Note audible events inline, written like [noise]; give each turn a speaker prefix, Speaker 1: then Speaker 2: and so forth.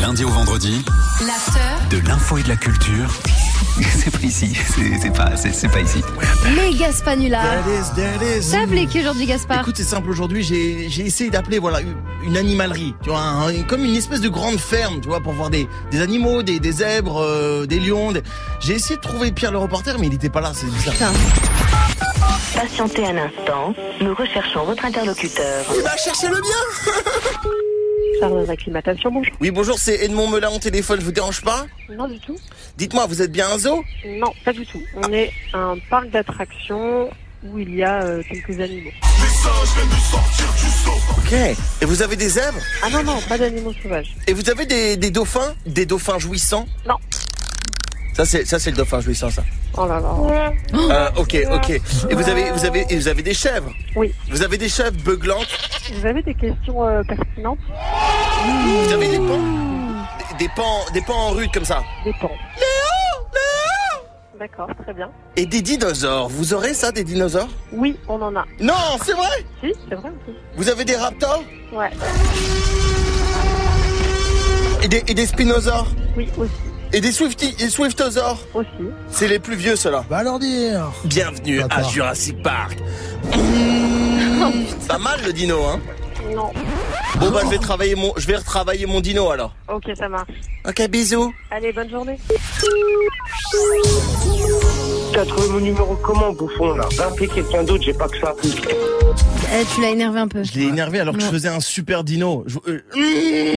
Speaker 1: lundi au vendredi,
Speaker 2: L'after,
Speaker 1: de l'info et de la culture. [laughs] C'est pas ici, c'est- c'est pas, c'est- c'est pas ici.
Speaker 3: Les Gaspanulas.
Speaker 4: There it is, there it is.
Speaker 3: T'as appelé qui aujourd'hui, Gaspard
Speaker 4: Écoute, c'est simple aujourd'hui, j'ai j'ai essayé d'appeler voilà une- une animalerie, tu vois, un- comme une espèce de grande ferme, tu vois, pour voir des, des animaux, des, des zèbres, euh, des lions. des- J'ai essayé de trouver Pierre le reporter, mais il était pas là, c'est bizarre.
Speaker 3: Putain.
Speaker 5: Patientez un instant, nous recherchons votre interlocuteur.
Speaker 4: Il va chercher le bien.
Speaker 6: Parle d'acclimatation, bonjour.
Speaker 4: Oui, bonjour, c'est Edmond Melin au téléphone, je vous dérange pas
Speaker 6: Non, du tout.
Speaker 4: Dites-moi, vous êtes bien un zoo
Speaker 6: Non, pas du tout. On est un parc d'attractions où il y a euh, quelques animaux.
Speaker 4: OK. Et vous avez des zèbres
Speaker 6: Ah non, non, pas d'animaux sauvages.
Speaker 4: Et vous avez des, des dauphins Des dauphins jouissants
Speaker 6: Non.
Speaker 4: Ça c'est ça c'est le dauphin jouissant ça.
Speaker 6: Oh là là.
Speaker 4: Euh, ok ok. Et vous avez vous avez et vous avez des chèvres.
Speaker 6: Oui.
Speaker 4: Vous avez des chèvres beuglantes.
Speaker 6: Vous avez des questions euh, pertinentes
Speaker 4: Vous avez des pans des, des pans des pans en rude comme ça.
Speaker 6: Dépend. D'accord, très bien.
Speaker 4: Et des dinosaures. Vous aurez ça des dinosaures
Speaker 6: Oui, on en a.
Speaker 4: Non c'est vrai.
Speaker 6: Si, c'est vrai en plus.
Speaker 4: Vous avez des raptors
Speaker 6: Ouais.
Speaker 4: et des et des spinosaures
Speaker 6: Oui, aussi.
Speaker 4: et des swifty et swiftosaures.
Speaker 6: Aussi.
Speaker 4: C'est les plus vieux ceux-là.
Speaker 7: Va leur dire
Speaker 4: Bienvenue à
Speaker 7: D'accord.
Speaker 4: Jurassic Park. Mmh, Pas mal le dino hein.
Speaker 6: Non.
Speaker 4: Bon bah je vais travailler mon je vais retravailler mon dino alors.
Speaker 6: Ok, ça marche.
Speaker 4: Ok bisous.
Speaker 6: Allez, bonne journée.
Speaker 8: T'as trouvé mon numéro comment, bouffon, là Va appeler quelqu'un d'autre, j'ai pas que ça.
Speaker 3: Eh, tu l'as énervé un peu.
Speaker 4: Je l'ai énervé alors que je
Speaker 3: Ouais.
Speaker 4: faisais un super dino. Je- euh,